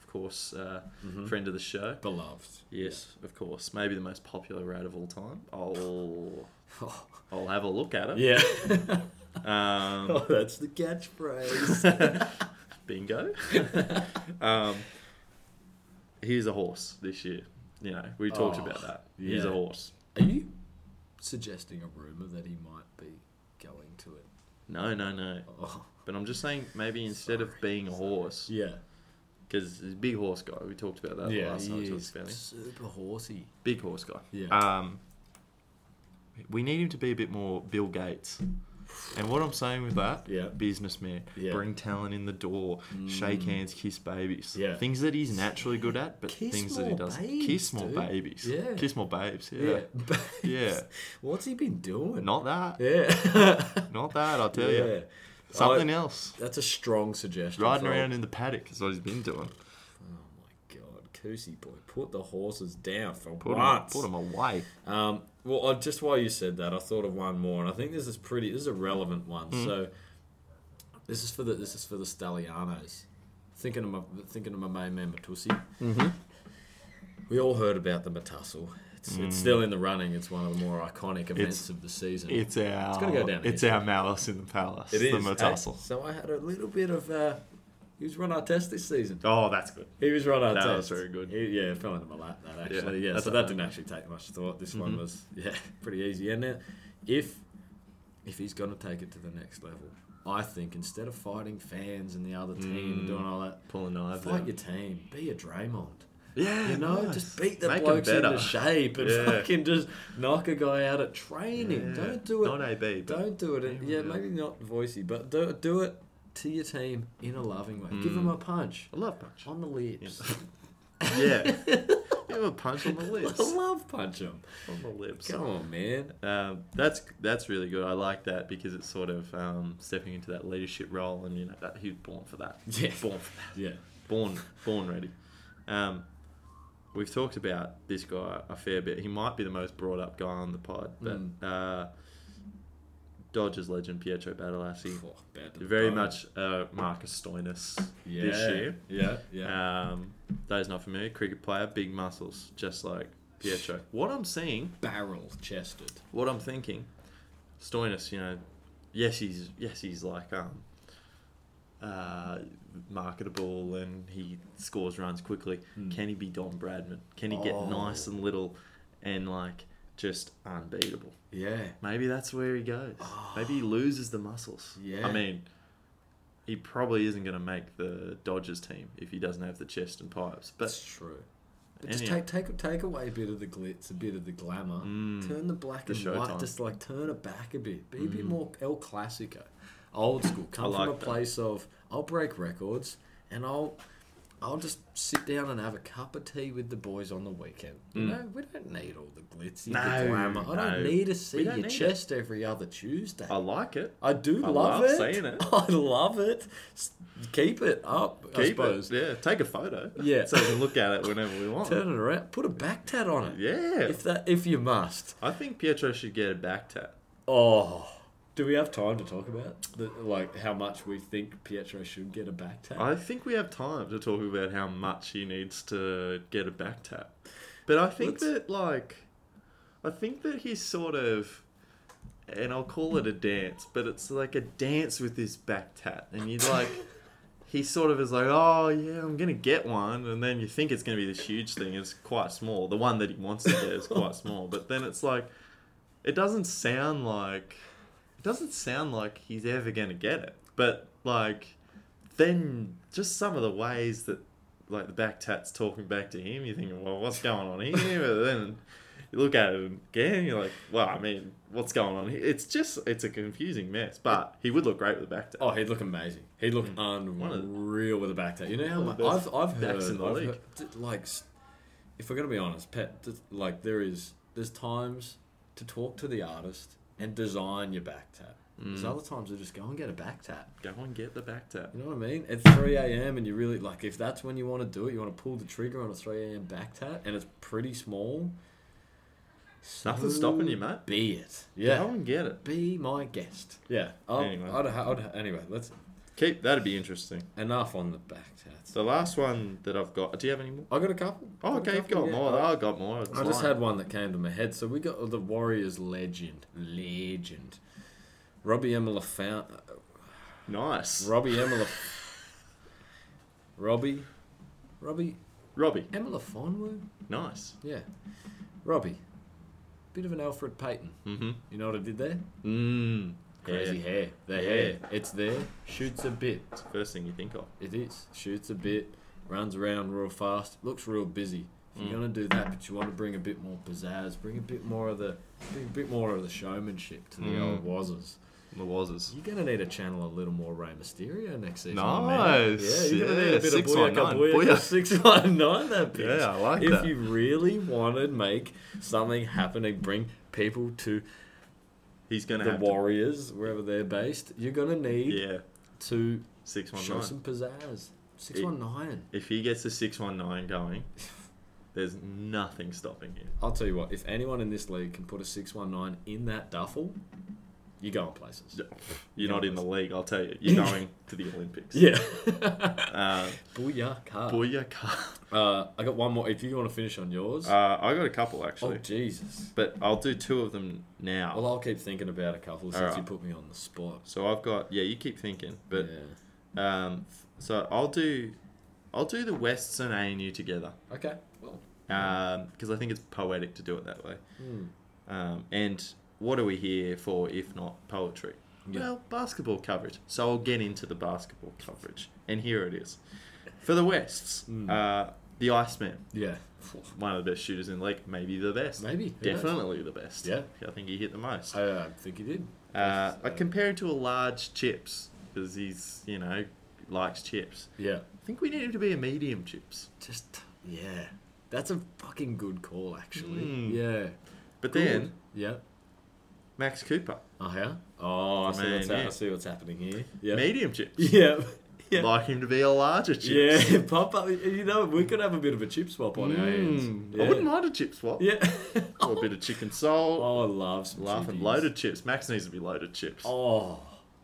of course, uh,
Mm-hmm.
friend of the show.
Beloved.
Yes, of course. Maybe the most popular rat of all time. I'll
Oh.
I'll have a look at it.
Yeah.
Um,
oh, that's the catchphrase.
bingo. um, he's a horse this year. You know, we talked
Oh,
about that. He's a
yeah.
horse.
Are you suggesting a rumor that he might be going to it?
No, no, no.
Oh,
But I'm just saying, maybe instead of being a horse,
yeah.
because he's a big horse guy. We talked about that last time we talked
he's
about him.
super horsey.
Big horse guy.
Yeah.
Um, we need him to be a bit more Bill Gates. And what I'm saying with that,
Yeah.
businessman,
Yeah. Mm.
bring talent in the door, shake hands, kiss babies,
Yeah.
things that he's naturally good at, but
Kiss
things that he
more
doesn't.
babes,
kiss more
dude.
babies,
Yeah.
kiss more babes, yeah.
Yeah.
Yeah.
What's he been doing?
Not that,
Yeah.
not that. I tell
yeah.
you, something
I-
else.
That's a strong suggestion.
Riding
folks.
around in the paddock is what he's been doing.
God, Cousy boy, put the horses down for
Put him,
once.
put him away.
Um, well, I, just while you said that, I thought of one more, and I think this is pretty. This is a relevant one. So, this is for the this is for the Stallianos. Thinking of my thinking of my main man Matusi. Mm-hmm. We all heard about the Matussle. It's, it's still in the running. It's one of the more iconic events of the season.
It's our.
gotta go down
It's
here.
our malice in the palace.
It
the
is, eh? hey?
Matassel.
So I had a little bit of. Uh, he was Ron Artest this season.
Oh, that's good.
He was right on
That
test.
was very good.
He, yeah, it fell into my lap that actually.
Yeah,
Yeah,
that's Mm-hmm.
so
a-
that didn't actually take much thought. This one was yeah pretty easy. And now, if if he's gonna take it to the next level, I think instead of fighting fans and the other team
Mm.
and doing all that,
Pulling knives.
fight
out.
your team. Be a Draymond.
Yeah,
You know,
nice.
just beat the
Make 'em
blokes into
better.
shape and
Yeah.
fucking just knock a guy out at training.
Yeah.
Don't do it.
Not AB, but-
Don't do it. in- yeah, maybe not voicey, but do, do it to your team in a loving way. Give them a punch
Mm. I love punch.
on the lips.
Yeah. you have a punch on the lips.
I love punch 'em.
on the lips.
Come on, man.
Um, that's that's really good. I like that because it's sort of um, stepping into that leadership role, and you know that he was born for that.
Yeah.
Born for that.
Yeah.
Born born ready. Um, we've talked about this guy a fair bit. He might be the most brought up guy on the pod, but
Hmm.
uh, Dodgers legend Pietro Badalassi,
Oh, bad to the
very
bone.
much uh, Marcus Stoinis
yeah.
this year.
Yeah, yeah.
Um, those not familiar, cricket player, big muscles, just like Pietro. What I'm seeing,
Barrel chested.
what I'm thinking, Stoinis, you know, yes he's yes he's like um, uh, marketable and he scores runs quickly.
Hmm.
Can he be Don Bradman? Can he get
Oh.
nice and little and like just unbeatable?
Yeah.
Maybe that's where he goes. Maybe he loses the muscles.
Oh. Yeah.
I mean, he probably isn't going to make the Dodgers team if he doesn't have the chest and pipes. But
That's true. But just
Anyhow.
take, take take away a bit of the glitz, a bit of the glamour. Turn the black
Mm. The
and white,
showtime. Mm.
just like turn it back a bit. Be a bit more El Clasico, old school. Come from
like
a
that.
place of I'll break records and I'll I'll just sit down and have a cup of tea with the boys on the weekend. You know, we don't need all the glitzy,
Mm. No,
the glamour. I don't
no.
need to
We
see
don't
your
need it.
chest every other Tuesday.
I like it.
I do
I
love,
love
it.
seeing it.
I love it. S- Keep it up, I
Keep
suppose.
it. Yeah, take a photo.
Yeah.
So we can look at it whenever we want.
Turn it around. Put a back tat on it.
Yeah.
If that if you must.
I think Pietro should get a back tat.
Oh. Do we have time to talk about the, like how much we think Pietro should get a back tat?
I think we have time to talk about how much he needs to get a back tap. But I think
Let's-
that, like, I think that he's sort of, and I'll call it a dance, but it's like a dance with this back tat. And you like, he sort of is like, oh, yeah, I'm going to get one. And then you think it's going to be this huge thing. It's quite small. The one that he wants to get is quite small. But then it's like, it doesn't sound like it doesn't sound like he's ever going to get it but like then just some of the ways that like the back tat's talking back to him you're thinking well what's going on here but then you look at it again you're like well i mean what's going on here it's just it's a confusing mess but he would look great with the back tat
Oh, he'd look amazing. He'd look
Hmm. of the-
unreal with a back tat. You know how
One
much
of the
I've
best
I've heard,
backs in the
I've
league.
heard- d- like, s- if we're gonna be honest, pet, d- like there is there's times to talk to the artist and design your back tat.
Hmm.
There's other times to just go and get a back tat.
go and get the back tat
You know what I mean? At 3 a.m. and you really like if that's when you want to do it, you want to pull the trigger on a 3 a.m. back tat and it's pretty small.
nothing's
so
stopping you mate
Be it.
go
Yeah.
and get it
Be my guest. Yeah.
Anyway.
anyway. I'd, ha- I'd, ha- anyway, let's
keep that'd be interesting
enough on the back tats.
the last one that i've got do you have any more
I got a couple.
oh
a
okay you've
couple,
got
yeah.
more
I,
i got more It's
I just
fine.
had one that came to my head. So we got the Warriors legend, legend, Robbie Emile found
nice
Robbie Emile, Robbie, Robbie
robbie
Emile Fonwu.
nice
Yeah. Robbie. Bit of an Alfred Payton.
mm-hmm
You know what I did there?
Mm.
Crazy
Yeah.
hair. The
Yeah.
hair. It's there. Shoots a bit.
It's the first thing you think of.
It is. Shoots a bit. Runs around real fast. Looks real busy. If
Mm.
you're gonna do that, but you want to bring a
Mm.
bit more pizzazz, bring a bit more of the, bring a bit more of the showmanship to the old wazzers.
The Wazzers.
You're gonna need to channel a little more Rey Mysterio next season. my man.
Nice.
Yeah, you're gonna
Yeah,
need a bit of
six
booyaka,
one nine. Booyah.
booyaka, six one nine. That bitch.
Yeah, I like
if
that.
you really wanted to make something happen and bring people to
He's gonna
the
have
Warriors wherever they're based, you're gonna need
To, yeah,
to
six one
show
nine.
some pizzazz. Six one nine.
If he gets the six one nine going, there's nothing stopping him.
I'll tell you what. If anyone in this league can put a six one nine in that duffel, you're going places.
You're
Yeah,
not in the
that's-
league, I'll tell you. You're going to the Olympics.
Yeah.
Uh,
booyaka.
booyaka.
Uh, I got one more. If you want to finish on yours.
Uh, I got a couple
oh
actually,
Jesus.
but I'll do two of them now.
Well, I'll keep thinking about a couple since
Alright.
you put me on the spot.
so I've got yeah. You keep thinking, but
yeah.
um, so I'll do, I'll do the Wests and ANU together.
okay, well,
because I think it's poetic to do it that way.
Hmm.
Um, and what are we here for if not poetry?
Yeah.
Well, basketball coverage. So I'll get into the basketball coverage. And here it is. For the Wests,
Hmm.
uh, the Iceman,
yeah,
one of the best shooters in the league, maybe the best.
Maybe. Who knows?
Definitely the best.
Yeah.
I think he hit the most.
I uh, think you did.
Uh, I compare him to a large chips because he's, you know, likes chips.
Yeah,
I think we need him to be a medium chips.
just yeah, that's a fucking good call, actually.
Mm.
Yeah,
But
Hmm. Good.
then,
yeah.
Max Cooper,
Oh yeah. Oh, I see,
Man,
what's hap-
yeah.
I see what's happening here. Yeah.
medium chips.
Yeah. Yeah.
like him to be a larger chip.
Yeah, pop up. You know, we could have a bit of a chip swap on our hands. Yeah.
I wouldn't mind a chip swap.
Yeah.
Or a bit of chicken salt.
oh, I love some
laugh and
chippies.
loaded chips. Max needs to be loaded chips.
Oh,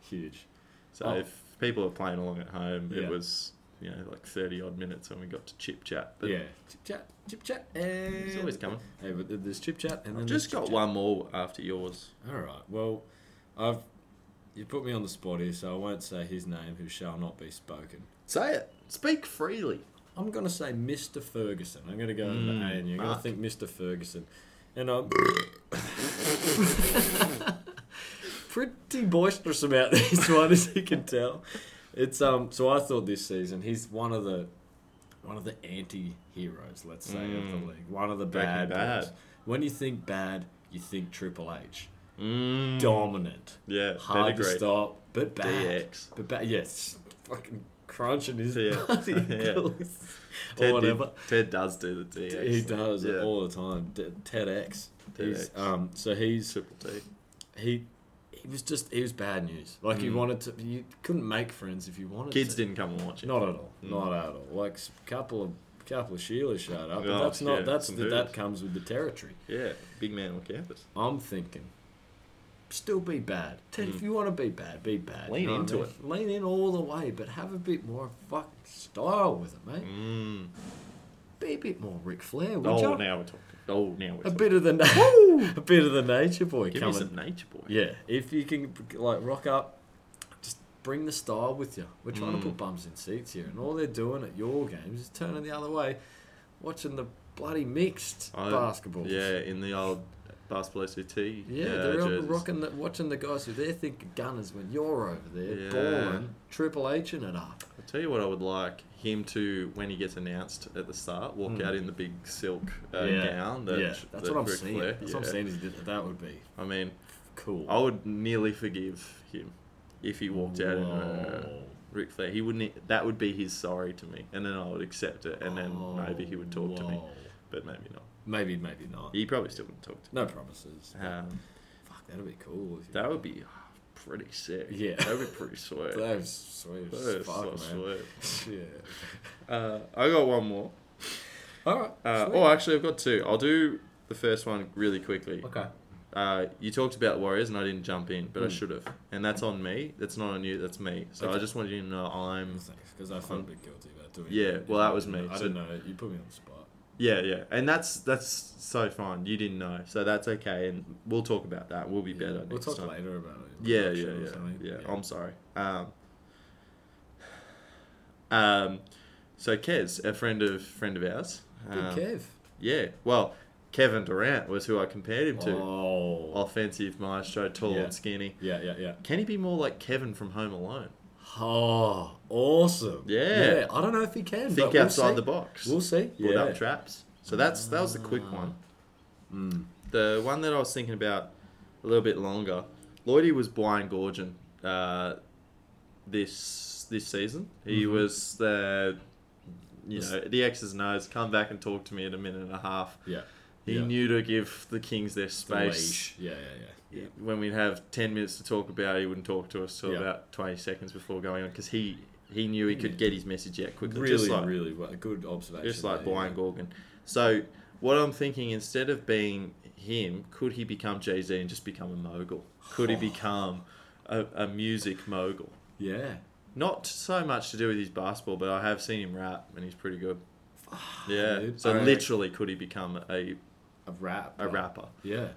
huge.
so
oh.
if people are playing along at home,
Yeah.
it was you know like thirty odd minutes when we got to chip chat. But
yeah. Chip chat, chip chat, and
it's always coming.
Hey, but th- there's chip chat, and then
I've just
there's
got
chip
one more after yours.
chat. All right. Well, I've you put me on the spot here, so I won't say his name, who shall not be spoken.
Say it. Speak freely.
I'm gonna say Mr. Ferguson. I'm gonna go to
Mm,
the A, and you're gonna
Mark.
think Mr. Ferguson, and I'm pretty boisterous about this one, as you can tell. It's um. So I thought this season he's one of the one of the anti-heroes, let's say, of the league. One of the
Mm. Breaking
bad,
Bad.
boys. When you think bad, you think Triple H,
Mm.
dominant,
Yeah.
hard to
pedigree.
stop, but bad.
DX.
But bad, yes, fucking crunching his
Yeah.
bloody
Yeah.
gills
Ted
or
did-
whatever.
Ted does do the DX.
He does
yeah.
it all the time. D- TEDx. He's,
TEDx.
um, so he's
Triple T.
he he was just he was bad news. Like you
Mm.
wanted to, you couldn't make friends if you wanted.
Kids
to.
didn't come and watch it.
Not at all.
Mm.
Not at all. Like s- couple of couple of Sheila's showed up, but
Oh,
that's not
yeah,
that's
some
the, that
dudes.
comes with the territory.
Yeah. Big man on campus.
I'm thinking, still be bad. Ted, if you want to be bad, be bad.
Hmm. Lean
You know what
into
I mean? Lean in all the way, but have a bit more fucking style with it, mate.
Mm.
Be a bit more Ric Flair, would
Oh,
you?
now we're talking. Oh, now we're
A
talking.
bit of the na- a bit of the nature boy
Give me
coming.
some nature boy.
Yeah, if you can like rock up, just bring the style with you. We're trying to
Hmm.
put bums in seats here, and all they're doing at your games is turning the other way, watching the bloody mixed
I-
basketball.
Yeah, in the old basketball SCT.
Yeah, they're all rocking, the, watching the guys who they're thinking gunners when you're over there
Yeah.
balling, triple H-ing it up.
I'll tell you what I would like him to, when he gets announced at the start, walk out in the big silk uh, gown. That,
Hmm. yeah, that's
that
what I'm
Ric
seeing.
Flair-
That's what I'm
yeah.
seeing. Is that, that would be
I mean,
cool.
I would nearly forgive him if he walked out uh, in a
Whoa.
Ric Flair. He wouldn't. e, That would be his sorry to me, and then I would accept it, and then maybe he would talk to me,
Oh, Whoa.
but maybe not.
Maybe, maybe not.
He probably still wouldn't talk to me.
No promises. but
Um,
Fuck, that'd be cool. if you-
that would be pretty sick.
Yeah.
that would be pretty sweet.
That was sweet
That
as
is
fuck,
so
man.
sweet.
Yeah.
Uh, I got one more.
All right.
Uh, oh, actually, I've got two. I'll do the first one really quickly.
okay.
Uh, you talked about Warriors, and I didn't jump in, but I
Hmm.
should have. And that's on me. That's not on you. That's me. So I
Okay.
just wanted you to know I'm.
Because I felt a bit guilty about doing.
Yeah,
that.
well, that was me,
I
so-
didn't know. You put me on the spot.
Yeah, yeah. And that's that's so fine. You didn't know, so that's okay. And we'll talk about that. We'll be
Yeah.
better.
We'll
next
talk
time.
later about it.
Yeah, yeah,
production or
yeah,
something.
yeah. I'm sorry. Um, um, so Kez, a friend of friend of ours.
Big
um,
Kev.
Yeah. Well, Kevin Durant was who I compared him to.
Oh.
offensive maestro, tall
Yeah.
and skinny.
Yeah, yeah, yeah.
Can he be more like Kevin from Home Alone?
Oh, awesome.
Yeah.
I don't know if he can.
Think
but we'll
outside
see.
the box.
We'll see.
Put
yeah.
up traps. So that's that
Mm.
was the quick one. The one that I was thinking about a little bit longer Lloydie was blind gorging uh, this this season. He
Mm-hmm.
was the you know the X's and O's. Come back and talk to me in a minute and a half.
Yeah.
He
Yeah.
knew to give the Kings their space.
Leash. Yeah, yeah, yeah.
When we'd have ten minutes to talk about, it, he wouldn't talk to us till
Yeah.
about twenty seconds before going on because he he knew he could get his message out quickly.
Really,
just like,
really well. good observation.
just like
there, yeah.
Brian Gorgon. So what I'm thinking, instead of being him, could he become Jay Z and just become a mogul? Could he
Oh.
become a, a music mogul?
Yeah.
Not so much to do with his basketball, but I have seen him rap and he's pretty good. Yeah.
dude.
So
Alright.
literally, could he become a
A rap.
a rapper?
Yeah.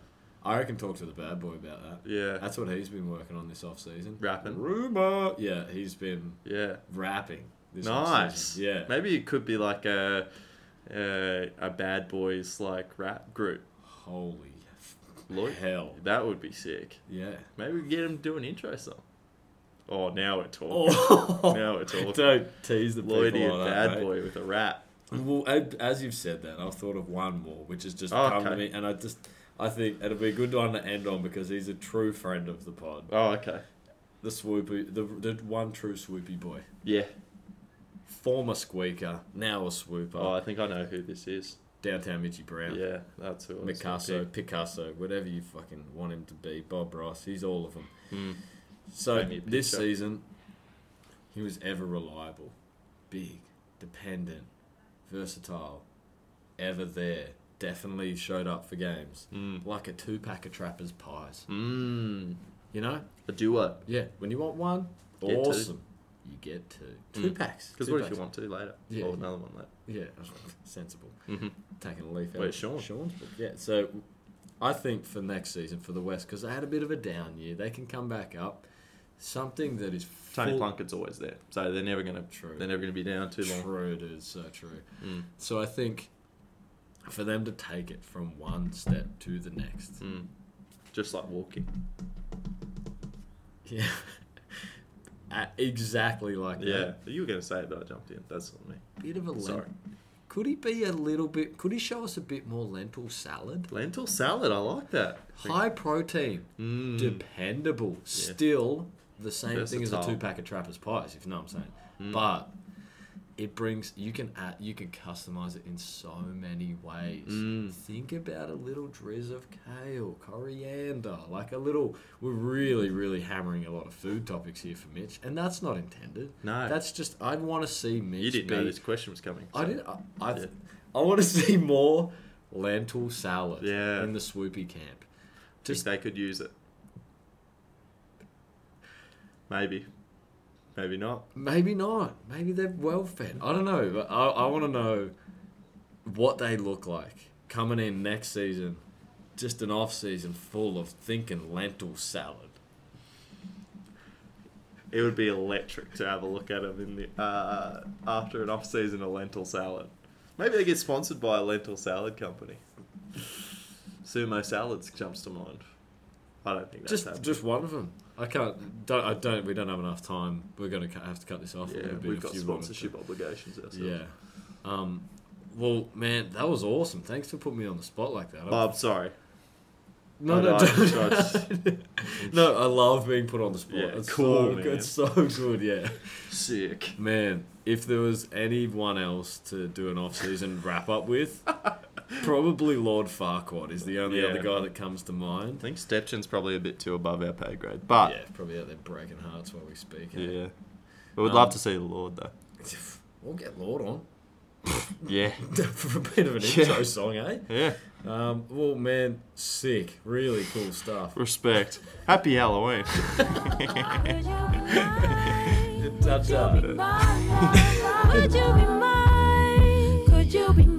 I reckon talk to the bad boy about that.
Yeah.
That's what he's been working on this off season.
Rapping.
Rumor. Yeah, he's been
Yeah.
rapping. This
Nice.
Off-season. Yeah.
Maybe it could be like a a, a bad boys like rap group.
Holy
Lloyd.
hell.
That would be sick.
Yeah.
Maybe we can get him to do an intro song. Oh, now we're talking.
Oh.
Now we're talking.
Don't tease the
Lloydie
people
and
like
Bad
that, mate.
Boy with a rap.
Well, a- as you've said that, I've thought of one more, which has just
Oh,
come to
okay.
me, and I just, I think it'll be a good one to end on because he's a true friend of the pod,
Oh, okay.
the swoopy, the the one true swoopy boy,
Yeah.
former squeaker, now a swooper,
Oh, I think I know who this is.
downtown Mitchy Brown,
Yeah, that's who. I was
Picasso,
thinking.
Picasso, whatever you fucking want him to be, Bob Ross, he's all of them.
Hmm.
So
Paint me a
this
picture.
season, he was ever reliable, big, dependent, versatile, ever there. Definitely showed up for games like a two pack of Trappers pies.
Mm,
You know,
a duo.
yeah. When you want one,
Get two.
awesome. You get two, two packs.
Because
two
what if you
packs.
want two later?
Yeah. Mm-hmm.
Or another one later.
Yeah, sensible. Taking a leaf out.
Wait,
of
Sean.
Sean's book. Yeah, so I think for next season for the West, because they had a bit of a down year, they can come back up. Something that is
Tony
full-
Plunkett's always there, so they're never gonna.
True.
They're never gonna be down too long.
True, it is so true.
Mm.
So I think for them to take it from one step to the next,
Mm. Just like walking.
yeah, A- exactly like
Yeah.
that.
You were gonna say it, but I jumped in. That's on me.
Bit of a lent-
Sorry.
Could he be a little bit? Could he show us a bit more lentil salad?
Lentil salad. I like that. Mm.
High protein, dependable, still the same thing as a
Versatile. Mm.
two pack of Trappers pies, if you know what I'm saying. But it brings you can add, you can customize it in so many ways.
Mm.
Think about a little drizz of kale, coriander, like a little. We're really, really hammering a lot of food topics here for Mitch, and that's not intended.
No.
that's just I want to see Mitch.
You didn't know
be-
this question was coming.
I
so-
did. I, I,
Yeah.
I want to see more lentil salad
Yeah.
in the swoopy camp.
Just they could use it. Maybe. Maybe not.
Maybe not. Maybe they're well fed. I don't know. But I, I want to know what they look like coming in next season. Just an off season full of thinking lentil salad.
It would be electric to have a look at them in the uh, after an off season of lentil salad. Maybe they get sponsored by a lentil salad company. Sumo salads jumps to mind. I don't think that's
Just
happening.
just one of them. I can't. Don't. I don't. We don't have enough time. We're gonna cut, have to cut this off.
yeah,
It'll be
we've
a
got
few minutes.
sponsorship obligations ourselves.
Yeah. Um. Well, man, that was awesome. Thanks for putting me on the spot like that. I-
Bob, sorry.
No,
I-
no,
I
don't.
just- I just-
no. I love being put on the spot.
Yeah,
it's
cool,
So,
man.
good. It's so good. Yeah.
Sick.
Man, if there was anyone else to do an off-season wrap up with, probably Lord Farquaad is the only
Yeah.
other guy that comes to
I
mind.
think Stepchen's probably a bit too above our pay grade, but
Yeah, probably out there breaking hearts while we speak. eh?
yeah, we would
Um,
love to see the Lord though.
We'll get Lord on
Yeah,
for a bit of an
Yeah.
intro song, eh?
yeah.
Um, well, man, sick, really cool stuff.
Respect. Happy Halloween.
Touch up.
Could you be mine? Could you be